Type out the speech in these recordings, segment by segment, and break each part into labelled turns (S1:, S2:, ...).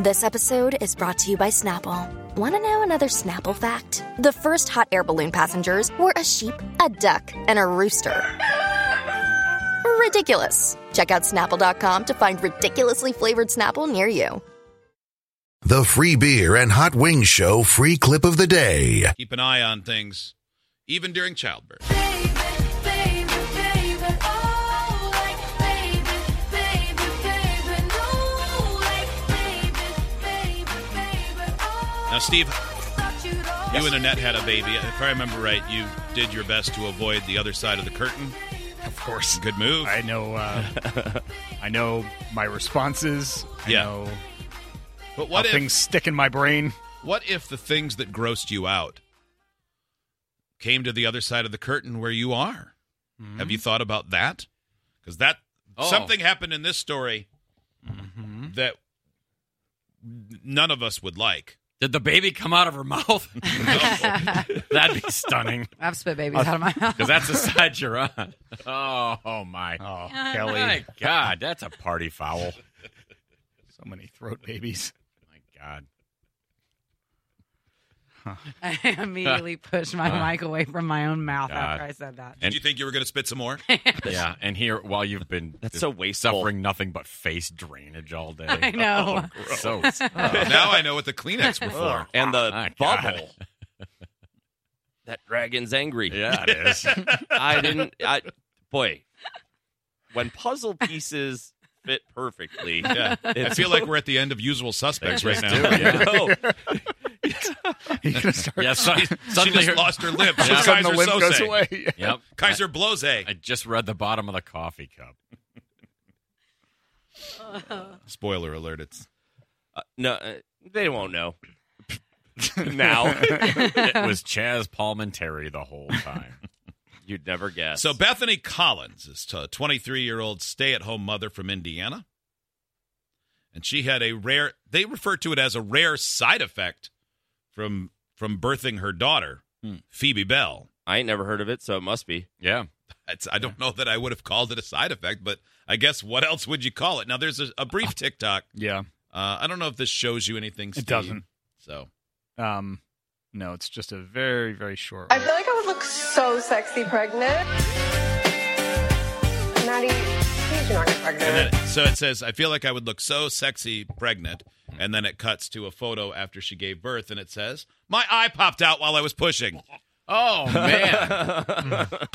S1: This episode is brought to you by Snapple. Want to know another Snapple fact? The first hot air balloon passengers were a sheep, a duck, and a rooster. Ridiculous. Check out snapple.com to find ridiculously flavored Snapple near you.
S2: The Free Beer and Hot Wings Show free clip of the day.
S3: keep an eye on things, even during childbirth. Now, Steve, you and Annette had a baby. If I remember right, you did your best to avoid the other side of the curtain.
S4: Of course.
S3: Good move.
S4: I know. Uh, I know my responses. I
S3: Yeah.
S4: know
S3: But
S4: how
S3: what if
S4: things stick in my brain.
S3: what if the things that grossed you out came to the other side of the curtain where you are?
S4: Mm-hmm.
S3: Have you thought about that? Because that
S5: Oh.
S3: something happened in this story
S4: Mm-hmm.
S3: that none of us would like.
S5: Did the baby come out of her mouth? That'd be stunning
S6: I've spit babies out of my mouth.
S5: because that's the side you're on. Oh, oh my.
S4: Oh,
S5: My
S4: Kelly,
S5: God, that's a party foul.
S4: so many throat babies.
S5: My God.
S6: I immediately pushed my
S7: Uh-huh.
S6: mic away from my own mouth
S5: God.
S6: after I said that.
S3: Did
S5: And-
S3: you think you were going to spit some more?
S5: Yeah, and here while you've been
S7: That's so wasteful.
S5: suffering nothing but face drainage all day.
S6: I know.
S5: Oh, so uh,
S3: now I know what the Kleenex were for.
S7: and the
S5: My God.
S7: bubble. That dragon's angry.
S5: yeah, it is.
S7: I didn't. I boy, when puzzle pieces fit perfectly,
S3: Yeah. I
S7: It's-
S3: feel like we're at the end of usual suspects right now.
S5: do, yeah.
S7: no,
S4: You gonna start?
S5: Yeah, so,
S3: She
S5: suddenly
S3: just
S5: her-
S3: lost her lip.
S5: Yeah.
S3: She's
S4: sudden
S3: Kaiser
S4: the limp goes
S3: Soze.
S4: away.
S5: Yep.
S3: Kaiser Blose.
S5: I, I just read the bottom of the coffee cup.
S3: Spoiler alert. It's
S7: uh, no, uh, they won't know. now
S5: It was Chaz Palmentary the whole time.
S7: you'd never guess.
S3: So Bethany Collins is a 23 year old stay at home mother from Indiana. And she had a rare, they refer to it as a rare side effect from from birthing her daughter,
S5: Hmm.
S3: Phoebe Bell.
S7: I ain't never heard of it, so it must be.
S5: Yeah.
S3: It's, I don't know that I would have called it a side effect, but I guess what else would you call it? Now, there's a, a brief TikTok.
S4: Yeah.
S3: Uh, I don't know if this shows you anything. Steve.
S4: doesn't.
S3: So
S4: Um. No, it's just a very, very short.
S8: I feel like I would look so sexy pregnant. Maddie, please do not get pregnant.
S3: And then, so it says, I feel like I would look so sexy pregnant. And then it cuts to a photo after she gave birth, and it says, My eye popped out while I was pushing.
S5: Oh man.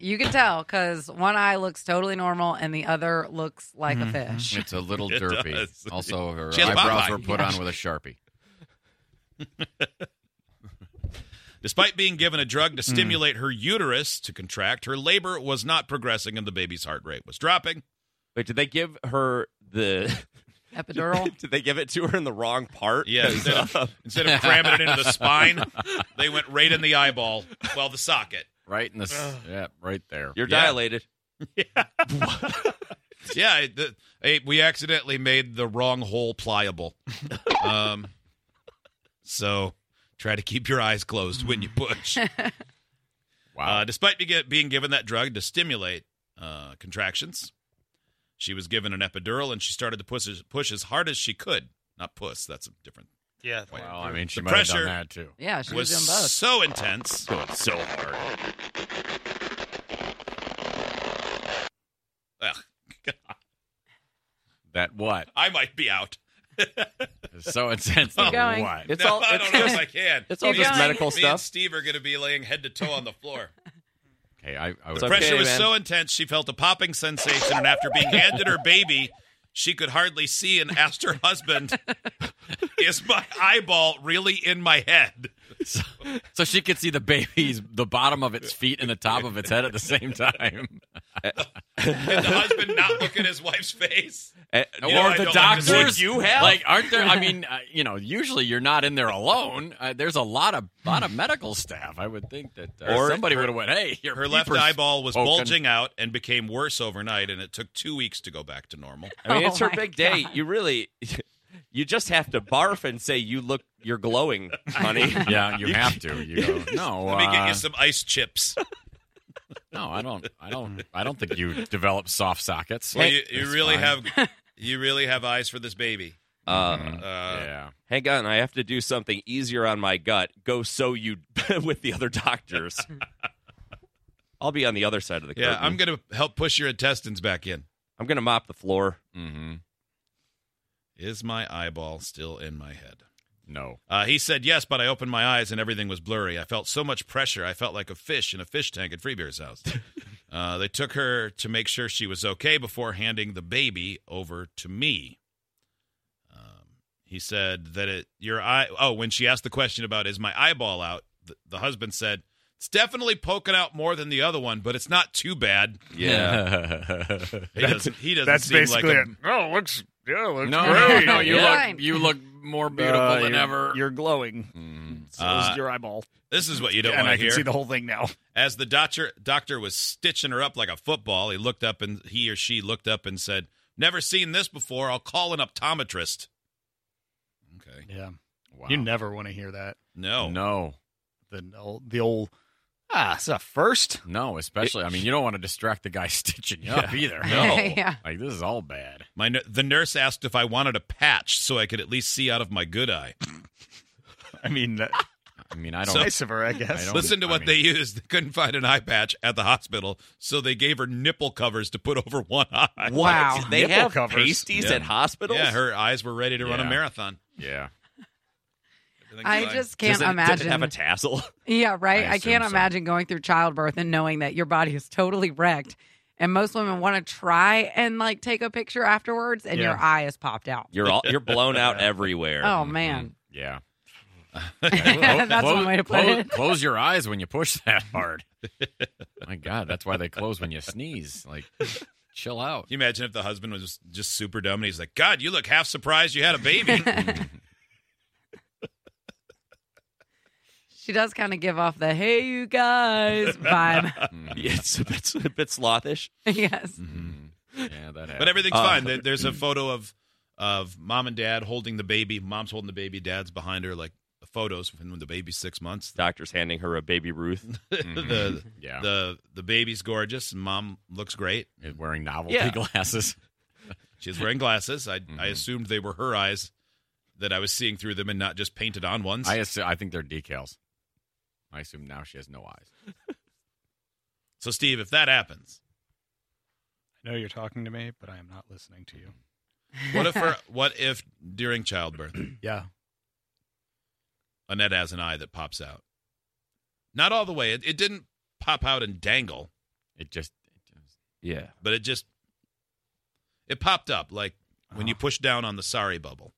S6: You can tell because one eye looks totally normal and the other looks like a
S7: Mm-hmm.
S6: fish.
S5: It's a little
S3: It
S5: derpy.
S3: does.
S5: Also, her
S3: She had a bob
S5: eyebrows
S3: eye.
S5: were put on with a sharpie.
S3: Despite being given a drug to stimulate her uterus to contract, her labor was not progressing and the baby's heart rate was dropping.
S7: Wait, did they give her the?
S6: Epidural.
S7: did they give it to her in the wrong part?
S3: Yeah,
S7: 'Cause,
S3: instead of,
S7: uh,
S3: instead of cramming it into the spine, they went right in the eyeball, well, the socket.
S5: Right in the s yeah, right there.
S7: you're
S3: Yeah.
S7: dilated.
S3: Yeah, I- the, I- we accidentally made the wrong hole pliable. Um, so try to keep your eyes closed when you push.
S5: wow.
S3: Uh, despite be- being given that drug to stimulate uh, contractions, she was given an epidural and she started to push as, push as hard as she could. Not puss, that's a different.
S4: yeah.
S3: Wow.
S5: well, I mean, she
S3: the
S5: might have
S3: pressure
S5: done that too.
S6: Yeah, she was,
S3: was
S6: doing both.
S3: so intense.
S5: so hard.
S3: Ugh,
S5: That what?
S3: I might be out.
S5: So intense.
S3: Keep
S5: that
S6: going.
S5: What?
S7: It's
S3: no,
S7: all.
S3: I
S7: It's
S3: don't know
S7: just,
S3: if I can.
S7: it's all
S6: Keep
S7: just
S6: going.
S3: Me
S7: medical
S3: and
S7: stuff.
S3: Steve are going to be laying head to toe on the floor.
S5: Okay, I, I
S7: It's
S5: was
S7: okay.
S3: Pressure was
S7: man.
S3: so intense, she felt a popping sensation, and after being handed her baby, she could hardly see and asked her husband, Is my eyeball really in my head?
S5: so she could see the baby's the bottom of its feet and the top of its head at the same time.
S3: And the husband not look at his wife's face.
S7: Uh,
S3: You know
S5: or
S3: I
S5: the
S3: don't like this one.
S5: doctors.
S7: You have?
S5: like, aren't there? I mean, uh, you know, usually you're not in there alone. Uh, there's a lot of lot of medical staff. I would think that uh,
S3: Or-
S5: somebody would have went, "Hey, your
S3: Her left
S5: peepers
S3: eyeball was
S5: poking."
S3: bulging out and became worse overnight, and it took two weeks to go back to normal.
S7: I mean,
S6: Oh
S7: it's her
S6: my
S7: big day. You really, you just have to barf and say you look, you're glowing, honey.
S5: Yeah, you, have to. You go, no.
S3: Let me get
S5: uh,
S3: you some ice chips.
S5: No, I don't. I don't. I don't think you develop soft sockets.
S3: Well, you, you
S5: It's
S3: really
S5: fine.
S3: have you really have eyes for this baby.
S7: Uh,
S3: Uh,
S5: Mm-hmm. yeah.
S7: hang on, I have to do something easier on my gut. Go so you with the other doctors. I'll be on the other side of the curtain.
S3: Yeah, I'm gonna help push your intestines back in.
S7: I'm gonna mop the floor.
S5: Mm-hmm.
S3: Is my eyeball still in my head?
S5: No.
S3: Uh, he said yes, but I opened my eyes and everything was blurry. I felt so much pressure. I felt like a fish in a fish tank at Freebeer's house. uh, they took her to make sure she was okay before handing the baby over to me. Um, he said that it your eye. Oh, when she asked the question about is my eyeball out, the, the husband said it's definitely poking out more than the other one, but it's not too bad.
S7: Yeah.
S3: He doesn't. He doesn't
S4: That's
S3: seem like
S4: basically
S3: a,
S4: it. Oh, looks yeah,
S5: no,
S4: looks
S5: no,
S4: great.
S5: no. You
S6: Yeah.
S5: look. You look more beautiful
S4: Uh,
S5: than
S4: you're-
S5: ever.
S4: You're glowing.
S5: Mm.
S4: So
S3: Uh,
S4: is your eyeball.
S3: This is what you don't
S4: and
S3: want
S4: I
S3: to
S4: can
S3: hear.
S4: see the whole thing now.
S3: As the doctor doctor was stitching her up like a football, he looked up and he or she looked up and said, "Never seen this before. I'll call an optometrist." Okay.
S4: Yeah.
S5: Wow.
S4: You never want to hear that.
S3: No.
S5: No.
S4: The old, the old ah, it's a first.
S5: No. Especially. I mean, you don't want to distract the guy stitching you up either.
S3: No.
S6: yeah.
S5: Like this is all bad.
S3: My nu- the nurse asked if I wanted a patch so I could at least see out of my good eye.
S4: I mean, that,
S5: I mean, I don't.
S3: So-
S4: nice of her, I guess.
S5: I don't-
S3: Listen to what
S5: mean-
S3: they used. They couldn't find an eye patch at the hospital, so they gave her nipple covers to put over one eye.
S6: Wow.
S7: They
S4: Nipple
S7: have
S4: covers.
S7: pasties
S5: Yeah.
S7: at hospitals.
S3: Yeah, her eyes were ready to run a
S5: Yeah.
S3: marathon.
S5: yeah.
S3: Everything's
S6: I
S3: fine.
S6: just
S7: Does
S6: can't
S7: it- does
S6: imagine.
S7: it have a tassel.
S6: yeah, right.
S5: I
S6: I, can't
S5: assume so.
S6: imagine going through childbirth and knowing that your body is totally wrecked. And most women want to try and like take a picture afterwards, and
S4: Yeah.
S6: your eye is popped out.
S7: You're all, you're blown out everywhere.
S6: Oh man,
S5: Mm, Yeah.
S6: that's
S5: close,
S6: one way to put
S5: close,
S6: it.
S5: close your eyes when you push that hard. My God, that's why they close when you sneeze. Like, chill out.
S3: Can you imagine if the husband was just super dumb and he's like, God, you look half surprised you had a baby.
S6: She does kind of give off the "Hey, you guys" vibe.
S5: Mm-hmm.
S7: Yeah, it's a bit, a bit slothish.
S6: yes.
S5: Mhm. Yeah, Ah, Mm. that.
S3: but
S5: happens.
S3: everything's
S7: Uh,
S3: fine. There- There's a photo of of mom and dad holding the baby. Mom's holding the baby. Dad's behind her. Like the photos from when the baby's six months.
S7: Doctor's handing her a baby Ruth.
S3: the
S5: Mm-hmm. Yeah.
S3: the the baby's gorgeous. and Mom looks great.
S5: Is wearing novelty
S7: Yeah.
S5: glasses.
S3: She's wearing glasses. I I
S5: Mhm.
S3: assumed they were her eyes that I was seeing through them and not just painted on ones.
S5: I assume, I think they're decals. I assume now she has no eyes.
S3: so Steve, if that happens,
S4: I know you're talking to me, but I am not listening to you.
S3: what if her, what if during childbirth
S4: Yeah.
S3: Annette has an eye that pops out? Not all the way. It, it didn't pop out and dangle,
S5: It just, it just
S7: Yeah.
S3: but it just it popped up like when you
S4: Oh.
S3: push down on the sorry bubble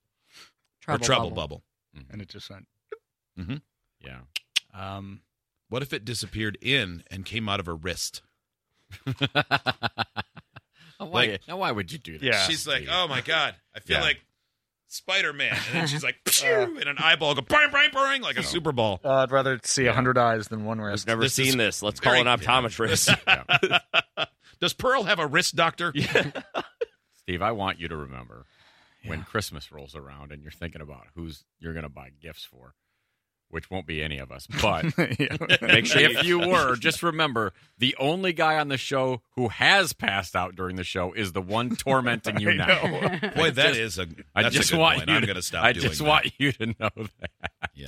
S3: or trouble bubble.
S4: And it just went.
S5: yeah.
S4: Um,
S3: What if it disappeared in and came out of her wrist?
S5: Uh-huh. Now why,
S3: Like-
S5: now why would you do that?
S4: Yeah.
S3: She's like, "Oh my god, I feel
S5: Yeah.
S3: like Spider Man," and then she's like, "Phew," and an eyeball go bang bang bang like a Super Ball.
S4: uh, I'd rather see a hundred eyes than one
S7: I've
S4: wrist.
S7: never
S3: This is
S7: seen this. Let's
S3: very-
S7: call an optometrist.
S5: Yeah.
S3: Does Pearl have a wrist doctor?
S5: Steve, I want you to remember when Christmas rolls around and you're thinking about who's you're going to buy gifts for, which won't be any of us. But
S4: Yeah.
S7: Make sure
S5: if you were, just remember the only guy on the show who has passed out during the show is the one tormenting you now.
S3: Boy, that is a.
S5: I
S3: that's a
S5: just
S3: good
S5: want
S3: point.
S5: you.
S3: I'm
S5: to-
S3: going to stop.
S5: I
S3: doing
S5: just
S3: that.
S5: want you to know that.
S3: Yeah.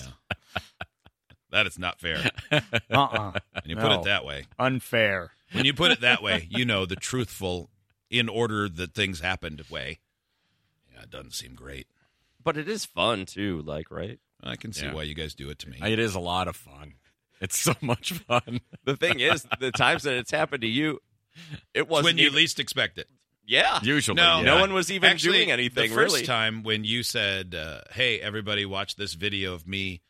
S3: That is not fair.
S4: uh-uh.
S3: When you put it
S4: No.
S3: that way,
S4: Unfair.
S3: when you put it that way, you know the truthful, in order that things happened way. Yeah, it doesn't seem great.
S7: but it is fun too. Like, right?
S3: I can see
S5: Yeah.
S3: why you guys do it to me.
S5: It is a lot of fun. It's so much fun.
S7: The thing is, the times that it's happened to you, it
S3: It's
S7: wasn't
S3: when you
S7: even-
S3: least expect it.
S7: Yeah.
S5: Usually,
S3: No,
S5: yeah.
S7: No one was even
S3: Actually,
S7: doing anything
S3: The first
S7: really.
S3: time when you said, uh, "Hey, everybody, watch this video of me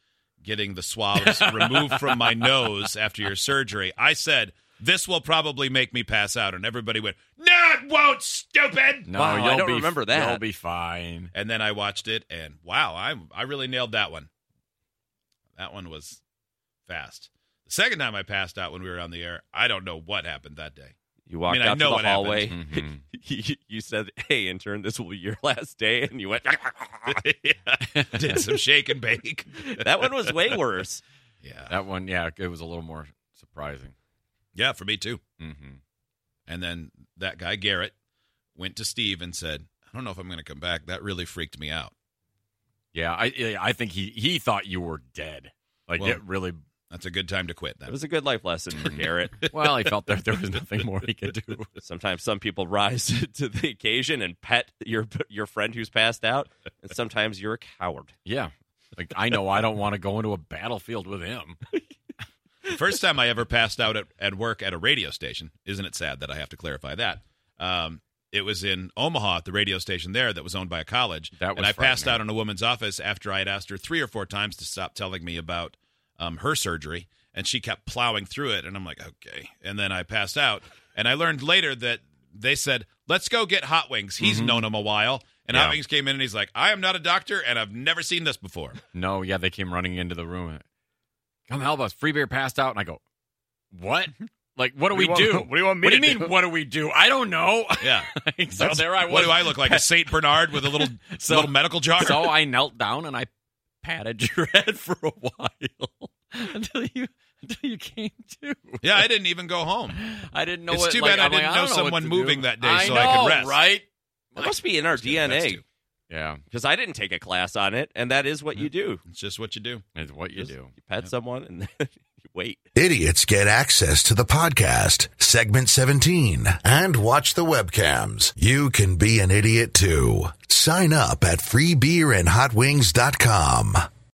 S3: getting the swabs removed from my nose after your surgery," I said, this will probably make me pass out. And everybody went, no, it won't, stupid.
S5: No,
S7: Wow, I
S5: you'll
S7: don't
S5: be,
S7: remember that.
S5: You'll be fine.
S3: And then I watched it, and wow, I I really nailed that one. That one was fast. The second time I passed out when we were on the air, I don't know what happened that day.
S7: You walked
S3: I mean, I
S7: out
S3: know
S7: to
S3: what
S7: the hallway.
S5: happened.
S7: you, you said, "Hey, intern, this will be your last day," and you went.
S3: Did some shake and bake.
S7: that one was way worse.
S3: Yeah,
S5: That one, yeah, it was a little more surprising.
S3: yeah, for me too.
S5: Mm-hmm.
S3: And then that guy Garrett went to Steve and said, "I don't know if I'm going to come back. That really freaked me out."
S5: Yeah, I yeah, I think he he thought you were dead. Like
S3: Well-
S5: it really.
S3: That's a good time to quit.
S7: That
S3: Then
S7: was a good life lesson for Garrett.
S5: Well, he felt that there was nothing more he could do.
S7: Sometimes some people rise to the occasion and pet your your friend who's passed out, and sometimes you're a coward.
S5: Yeah, like I know I don't want to go into a battlefield with him.
S3: The first time I ever passed out at, at work at a radio station. Isn't it sad that I have to clarify that? Um, it was in Omaha at the radio station there that was owned by a college.
S5: That was
S3: and I passed out
S5: frightening.
S3: in a woman's office after I had asked her three or four times to stop telling me about um, her surgery. And she kept plowing through it. And I'm like, okay. And then I passed out. And I learned later that they said, let's go get Hot Wings. He's known him a while. And Hot
S5: Mm-hmm. Yeah.
S3: Wings came in and he's like, I am not a doctor and I've never seen this before.
S5: No, yeah, they came running into the room. Come help us. Free beer passed out, and I go, what?
S3: Mm-hmm.
S5: Like, what do we
S4: What do you
S5: do?
S4: want- what do you want me
S5: What do you
S4: to
S5: mean?
S4: do?
S5: What do we do? I don't know.
S3: Yeah.
S5: Like, so there I was.
S3: What do I look like? A Saint Bernard with a little
S5: So-
S3: little medical jar?
S5: So I knelt down and I patted your head for a while until you until you came to.
S3: yeah, I didn't even go home.
S5: I didn't know.
S3: It's
S5: what,
S3: too
S5: like,
S3: bad I
S5: I'm like,
S3: didn't
S5: I
S3: know
S5: don't know what
S3: someone
S5: to
S3: moving
S5: do.
S3: that day
S5: I
S3: so I could
S5: know,
S3: rest.
S5: Right?
S7: That must be in our DNA
S5: Yeah,
S7: because I didn't take a class on it, and that is what you do.
S3: It's just what you do.
S5: it's what you
S7: Just-
S5: do.
S7: You pet someone and then you wait.
S2: Idiots get access to the podcast, segment 17, and watch the webcams. You can be an idiot too. Sign up at freebeerandhotwings.com.